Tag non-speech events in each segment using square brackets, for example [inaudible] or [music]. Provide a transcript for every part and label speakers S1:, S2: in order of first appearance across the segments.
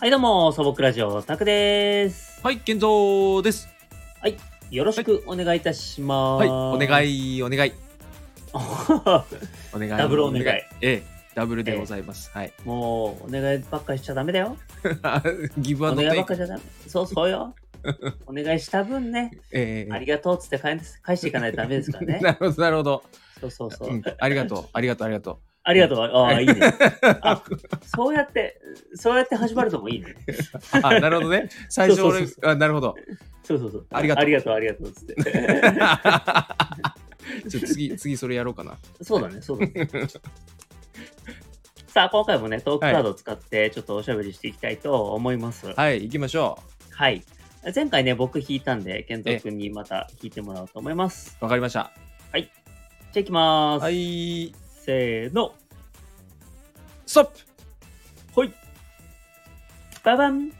S1: はい、どうも、素朴ラジオ、タクです。
S2: はい、健三です。
S1: よろしくお願いいたします。
S2: はい、お願。い、お願い、お願い。
S1: ダブルお願い
S2: ええ、ダブルでございます。はい。
S1: [laughs]
S2: [laughs]
S1: もう、お願いばっかりしちゃダメだよ。
S2: ギブア
S1: お
S2: ンド
S1: 願いば
S2: テイ
S1: っかりし
S2: ク。
S1: ちゃダメ。そうそう
S2: [laughs]
S1: よ。お願いした分ね、
S2: え
S1: あ
S2: え。
S1: りがとうっつって返す返していかないとダメですからね
S2: [laughs] なるほど、なるほど。
S1: そうそうそう。
S2: うんありがとう、ありがとう、ありがと
S1: ありがとう。ああ、いい
S2: [laughs]
S1: ね。
S2: う。
S1: あそうやって、そうやって始まるのもいいね。
S2: あ、なるほ
S1: [laughs]
S2: どね。最初
S1: そ
S2: 俺
S1: うそう、
S2: あなるほど。 [laughs]
S1: そうそうそう。
S2: ありがと
S1: あ
S2: う
S1: りがとう、ありがとうっつって。
S2: ちょ次、次それやろうかな。
S1: そうだね、そうだ
S2: [laughs]
S1: ね。さあ、今回もね、トークカードを使って、ちょっとおしゃべりしていきたいと思います。
S2: はい、行きましょ
S1: はい。前回ね、僕弾いたんで、健三君にまた弾いてもらおうと思います。
S2: う。わかりました。
S1: じゃあ、いきまーす。
S2: はい、
S1: せーの。
S2: ストップ
S1: ババン。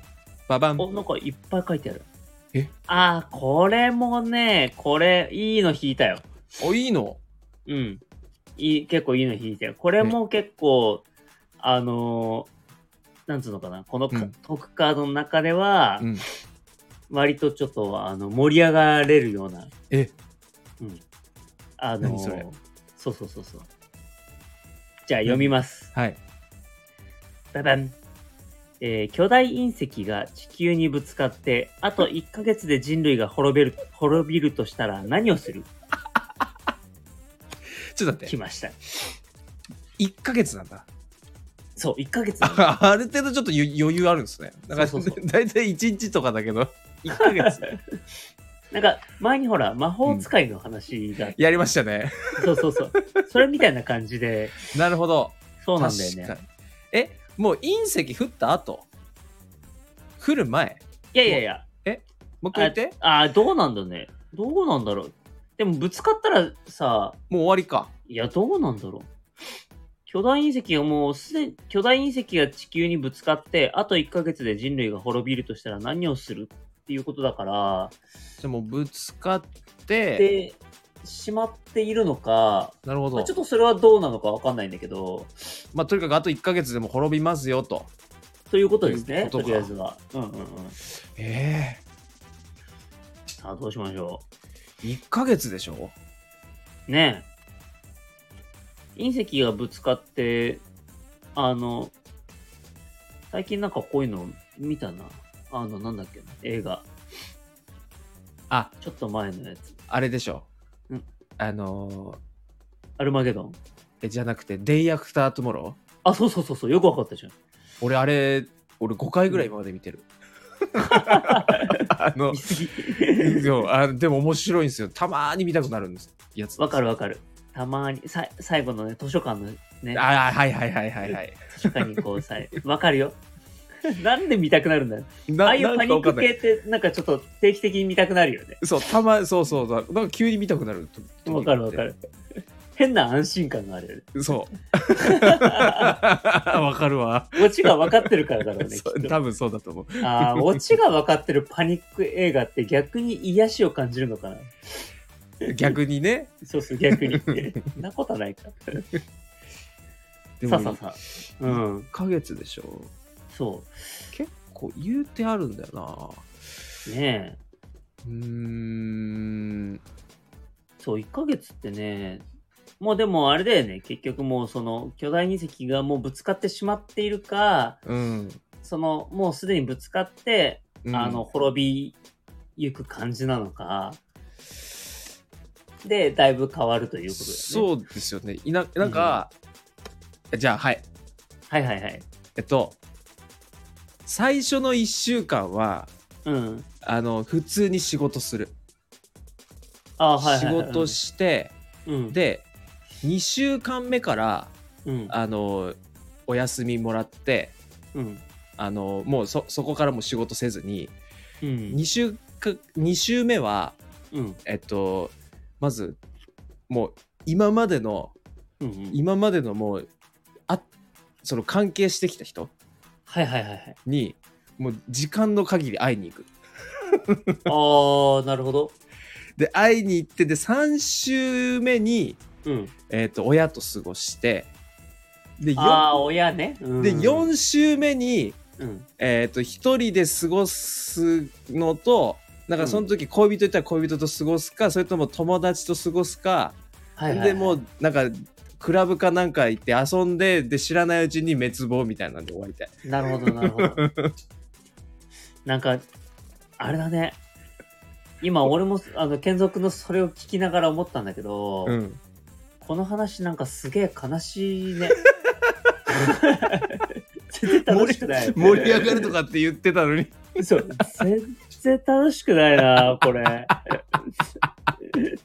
S2: ババン。
S1: お、なんかいっぱい書いてある。
S2: え
S1: あー、これもね、これ、いいの弾いたよ。
S2: お、いいの
S1: うん。いい、結構いいの弾いたよ。これも結構、あのーなんつうのかな、このか、
S2: うん
S1: トークカードの中では、
S2: うん。
S1: 割とちょっと、あの、盛り上がれるような。
S2: え
S1: うん。あのー
S2: 何それ
S1: そうそうそうそう。じゃあ読みます。
S2: はい。
S1: ババン。えー巨大隕石が地球にぶつかって、あと1ヶ月で人類が滅びる、滅びるとしたら何をする
S2: ちょっと待
S1: 来
S2: って。
S1: ました。
S2: 1ヶ月なんだ。
S1: そう、1ヶ月なの
S2: あ [laughs] ある程度ちょっと余余裕あるんですね。だから
S1: そうそうそ
S2: [laughs] 大体1日とかだけど、1ヶ月
S1: なんか、前にほら、魔法使いの話が、
S2: やりましたね。
S1: そうそうそう。それみたいな感じで、
S2: なるほど。
S1: そうなんだよね
S2: 確。かにえ、もう隕石降った後降る前
S1: いやいやいや、
S2: もう一回言って
S1: あーどうなんだね。どうなんだろう。でも、ぶつかったらさ、
S2: もう終わりか。
S1: いや、どうなんだろう。巨大隕石がもうすでに、巨大隕石が地球にぶつかって、あと1ヶ月で人類が滅びるとしたら何をするっていうことだから、
S2: じゃあもうぶつかって、
S1: で、しまっているのか、
S2: なるほ
S1: まあ
S2: ど
S1: ちょ。っとそれはどうなのかわかんないんだけど、
S2: まあとにかくあと1ヶ月でも滅びますよと。
S1: ということですね、
S2: と
S1: と
S2: いうことか
S1: りあえずは。うんうんうん。
S2: え
S1: さあ、どうしましょ
S2: え1ヶ月でしょ
S1: う。ねえ。隕石がぶつかって、あの、最近なんかこういうの見たな。あの、なんだっけな、映画。
S2: あ、
S1: ちょっと前のやつ。
S2: あれでしょ。
S1: うん
S2: あの
S1: アルマゲドン。
S2: ーえじゃなくて、デイアフタートゥモロー
S1: あ、そうそうそうそう、よくわかったじゃん。
S2: 俺あれ、俺5回ぐらい今まで
S1: [laughs]
S2: 見てる。あの
S1: 見、すぎ。
S2: そうあでも面白いんですよ。たまーに見たくなるんです。やつ。
S1: わかるわかる。たまに、さ最後のね、図書館のね、
S2: ああ、はいはいはいはいはい。
S1: 図書館にこうさ、わかるよ。なんで見たくなるんだよ。
S2: な
S1: ああいう
S2: な
S1: んパ
S2: か
S1: ニッ
S2: わか
S1: ク
S2: んない
S1: 系って、なんかちょっと定期的に見たくなるよね。
S2: そう、たま、そうそうそう、なんか急に見たくなると。と
S1: わかるわ
S2: [laughs]
S1: か。る。変な安心感があるよね。 [laughs]
S2: そう。わかるわ。
S1: オチが分かってるからだろうね、きっ
S2: そう
S1: と。
S2: 多分そうだと思う。
S1: ああ、オチが分かってるパニック映画って逆に癒しを感じるのかな。
S2: 逆にね。
S1: そうそう、逆
S2: [laughs]
S1: に。そんなことはないか。
S2: でも
S1: さあさあさあ。うん
S2: 1。ヶ月でしょ。
S1: そ
S2: 結構言うてあるんだよな。
S1: う。ねえ。
S2: うーん。
S1: そう、1ヶ月ってね、もうでもあれだよね、結局もうその巨大隕石がもうぶつかってしまっているか、
S2: うん。
S1: そのもうすでにぶつかって、
S2: うん
S1: あの、滅びゆく感じなのか、で、だいぶ変わるということだよね。
S2: そうですよね。いななんか、じゃあ、はい。
S1: はいはいはい。
S2: えっと、最初の1週間は、
S1: うん。
S2: あの、普通に仕事する。
S1: あはいはい、
S2: 仕
S1: はい。
S2: 事して、
S1: うん、
S2: で、2週間目から、
S1: うん、
S2: あの、お休みもらって、
S1: うん、
S2: あの、もうそ、そこからもう仕事せずに、
S1: うん、
S2: 2週か、2週目は、
S1: うん、
S2: えっと、まず、もう、今までの、
S1: うん。
S2: 今までのもう、あ、その関係してきた人
S1: はいはいはいはい。
S2: に、もう時間の限り会いに行く。
S1: あー、なるほど。
S2: で、会いに行って、で、3週目に、
S1: うん。
S2: えっ、と、親と過ごして、で、
S1: あー、
S2: 4,
S1: 親ね。うん
S2: で4週目に、
S1: うん。
S2: えっ、と、一人で過ごすのと、なんかその時恋人いたら恋人と過ごすか、それとも友達と過ごすか、
S1: はいはい、はい。
S2: でもうなんかクラブかなんか行って遊んでで知らないうちに滅亡みたいなんで終わりたい
S1: なるほど、なるほ
S2: [laughs]
S1: ど。なんか、あれだね。今、俺も、あの、健三君のそれを聞きながら思ったんだけど、
S2: うん
S1: この話なんかすげえ悲しい
S2: [laughs]
S1: ね。全然楽しくない。
S2: 盛り上がるとかって言ってた
S1: [laughs]
S2: のに
S1: そう。全然楽しくないな、これ。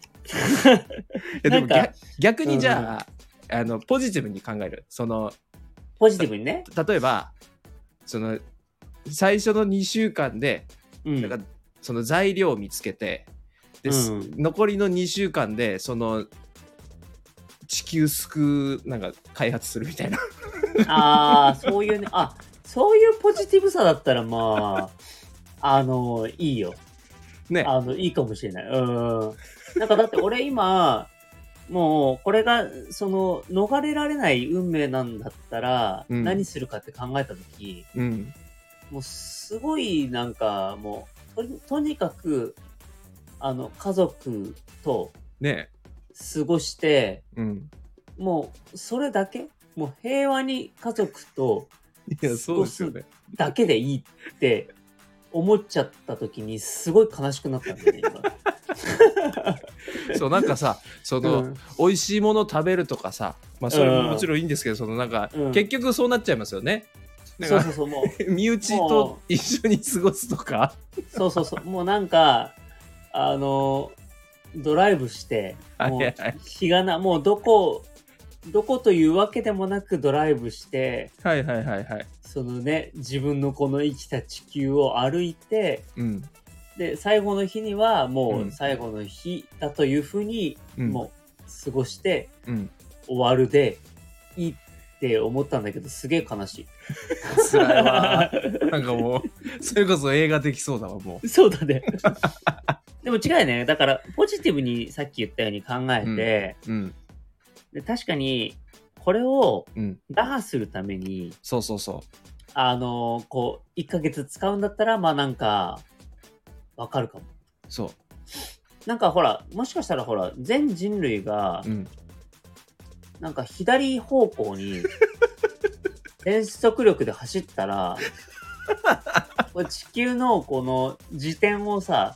S2: いやで
S1: なん
S2: も逆
S1: か
S2: 逆にじゃあ,、あのポジティブに考えるその
S1: [laughs] ポジティブにね。
S2: 例えばその最初の2週間で
S1: うん。
S2: なんかその材料を見つけてで、す
S1: うん
S2: 残りの2週間でその地球救うなんか開発するみたいな
S1: ああ、そういうね。あ、そういうポジティブさだったら、まあ、あの、いいよ。
S2: ね
S1: あの、いいかもしれない。うん。なんかだって俺今、もう、これが、その、逃れられない運命なんだったら、
S2: うん
S1: 何するかって考えたとき、
S2: うん
S1: もう、すごい、なんか、もう、とにとにかく、あの、家族と
S2: ね
S1: 過ごして、
S2: うん
S1: もう、それだけもう、平和に家族と
S2: いやそうですよね
S1: だけでいいって思っちゃったときに、すごい悲しくなったんだよね、
S2: そうなんかさ [laughs] そ
S1: 今。
S2: の、
S1: うん
S2: 美味しいもの食べるとかさまあそれも
S1: うん
S2: もちろんいいんですけど、そのなんか、
S1: うん
S2: 結局そうなっちゃいますよねだか
S1: そう
S2: ら
S1: そうそう、もう。
S2: 身内と一緒に過ごすとか
S1: そうそうそう、もうなんか、あの、ドライブして、
S2: はい
S1: も
S2: は
S1: う
S2: いはい
S1: 日がな、もうどこ、どこというわけでもなくドライブして、
S2: はいはいはいはい
S1: そのね、自分のこの生きた地球を歩いて、
S2: うん
S1: で、最後の日にはも
S2: うん
S1: う最後の日だというふうに、
S2: うん
S1: もう過ごして
S2: うん
S1: 終わるでいいって思ったんだけど、すげえ悲しい。
S2: 辛いわなんかもうそれこそ映画でき [laughs] そうだわも
S1: そうだね。 [laughs] でも違うよね。だから、ポジティブにさっき言ったように考えて、
S2: んううん
S1: で確かにこれを
S2: うん
S1: 打破するために
S2: そうそうそ
S1: あのこう1ヶ月使うんだったらまあなんかわかるかも
S2: うそ
S1: なんかほらもしかしたらほら全人類が
S2: ううん
S1: なんか左方向
S2: [laughs]
S1: に全速力で走ったらこう地球のこの自転をさ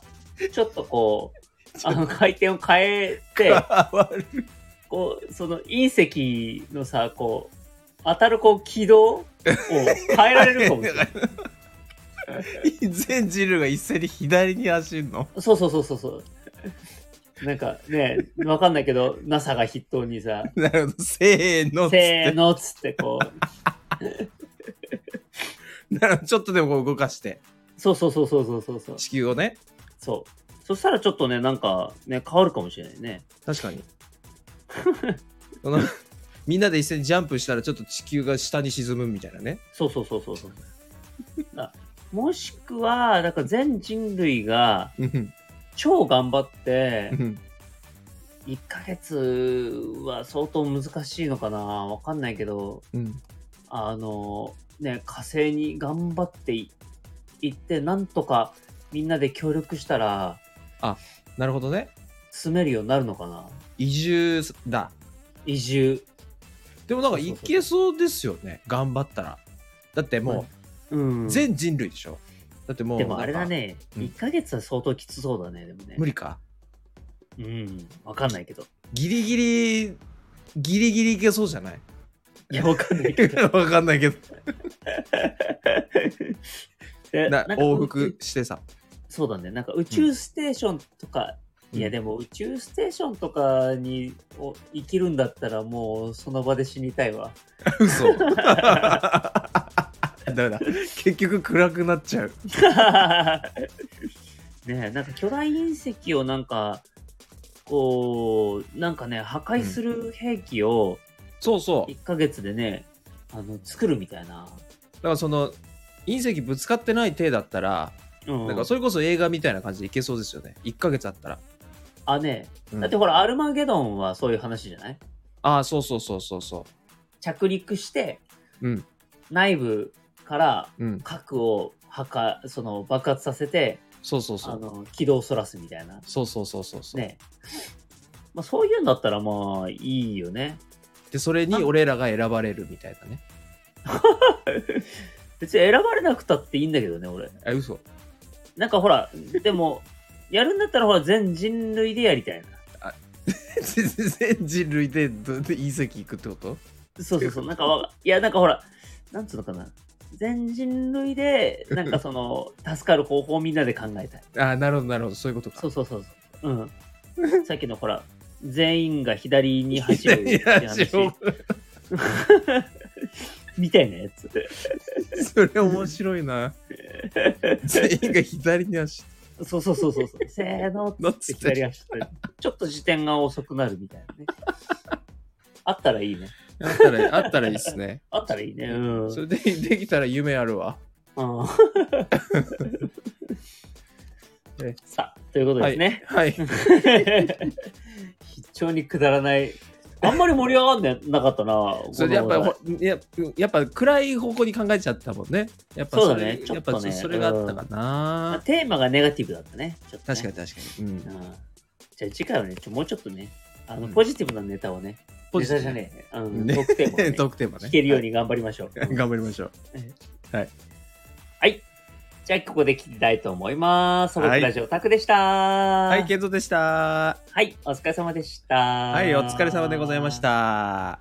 S1: ちょっとこうあの回転を変え
S2: [laughs]
S1: て
S2: 悪い
S1: こう、その隕石のさ、こう、当たるこう軌道を変えられるかもし
S2: [laughs]
S1: れない。
S2: 全人類が一斉に左に走るの [laughs]
S1: そうそうそうそうそう。なんかね、わかんないけど、NASA が筆頭にさ、
S2: なるほどせーのっつって
S1: せーのっつってこう、
S2: なるほどちょっとでもこう動かして
S1: そうそうそうそうそうそうそう。
S2: 地球をね
S1: そう。そしたらちょっとね、なんかね、変わるかもしれないね。
S2: 確かにそのみんなで一斉にジャンプしたらちょっと地球が下に沈むみたいなね
S1: そうそうそうそうそう。 [laughs] あもしくは、だから全人類が
S2: うん
S1: 超頑張って
S2: う、ん
S1: 1ヶ月は相当難しいのかなわかんないけど、
S2: うん
S1: あの、ね、火星に頑張ってい行って、なんとかみんなで協力したら、
S2: なるほどね
S1: 住めるようになるのかな
S2: 移住だ
S1: 移住。
S2: でもなんかいけそうですよね頑張ったらだっても
S1: うん。
S2: う全人類でしょだってもう
S1: でもあれだね、
S2: うん
S1: 1ヶ月は相当きつそうだね、でもね。
S2: 無理か
S1: うん、わかんないけ
S2: [laughs]
S1: ど。
S2: ギリギリギリギリいけそうじゃない
S1: いや、わかんないけど。
S2: [laughs] わかんないけど
S1: で
S2: な
S1: なんか
S2: 往復してさ
S1: そうだね、なんか宇宙ステーションとか、
S2: うん
S1: いやでも宇宙ステーションとかにを生きるんだったらもうその場で死にたいわ。 [laughs]
S2: 嘘 [laughs] ダメだ結局暗くなっちゃう
S1: ねえ、なんか巨大隕石をなんか、こう、なんかね、破壊する兵器を
S2: そうそう
S1: 1ヶ月でね、あの作るみたいな。
S2: だからその隕石ぶつかってない体だったら、
S1: うん、
S2: なんかそれこそ映画みたいな感じでいけそうですよね1ヶ月あったら、
S1: あ、ね
S2: うん
S1: だってほら、アルマゲドンはそういう話じゃない
S2: ああそうそうそうそうそ
S1: 着陸して、
S2: ううん
S1: 内部から
S2: うん、
S1: 核を破壊その爆発させて
S2: そうそうそ
S1: あ
S2: う。
S1: の軌道をそらすみたいな
S2: そうそうそうそうそう。
S1: ね、まあ、そういうんだったらまあいいよね
S2: で、それに俺らが選ばれるみたいなね。
S1: 別に選ばれなくたっていいんだけどね俺
S2: あ、嘘。
S1: なんかほらでもやるんだったらほら全人類でやりたいな
S2: 全人類でどで隕石行くってこと
S1: そうそうそう、なんかわ、いや、なんかほら、なんつうのかな。全人類で、なんかそ [laughs] の、助かる方法をみんなで考えたい。
S2: あなるほど、なるほど。そういうことか。
S1: そうそうそうそう。 [laughs] うん。さっきのほら、全員が左に走る
S2: [laughs]
S1: って話。みたいなやつ。
S2: [laughs] それ面白い
S1: [laughs]
S2: な。全員が左に足
S1: そうそうそう
S2: [laughs]
S1: そうそう。せーのっ
S2: のっ
S1: つっ
S2: つって
S1: 左
S2: て。
S1: 走ったり。ちょっと時点が遅くなるみたいなね。あったらいいね。
S2: あったら、あったらいいっすね。
S1: あったらいいね。うん。
S2: それで、できたら夢あるわ。
S1: うん
S2: [laughs] え
S1: さあ、ということですね。 [laughs]
S2: はい。
S1: 非常にくだらない。あんまり盛り上がんなかったな。
S2: それやっぱほややっぱ暗い方向に考えちゃったもんね。やっぱ
S1: そうだ
S2: れ
S1: ねちょ
S2: や
S1: っ
S2: っぱ
S1: とね
S2: それがあったか
S1: まあ
S2: な。
S1: テーマがネガティブだったね。ちょっとね
S2: 確かに確かに。うん
S1: うんじゃあ次回はね、ちょもうちょっとね、あの
S2: うん
S1: ポジティブなネタをね、
S2: ポ
S1: ネ
S2: ジテ
S1: タじゃ
S2: ィブ
S1: ねえ、うん、
S2: ね
S1: トークテーマをね、
S2: [laughs] トークテーマね。
S1: 聞けるように頑張りましょう。
S2: はい。頑張りましょう。
S1: じゃあここで切りたいと思います。
S2: はい
S1: ラジオタクでした。
S2: は、
S1: はい
S2: ケントでした。
S1: はい、お疲れ様でした。
S2: はい、お疲れ様でございまし。た。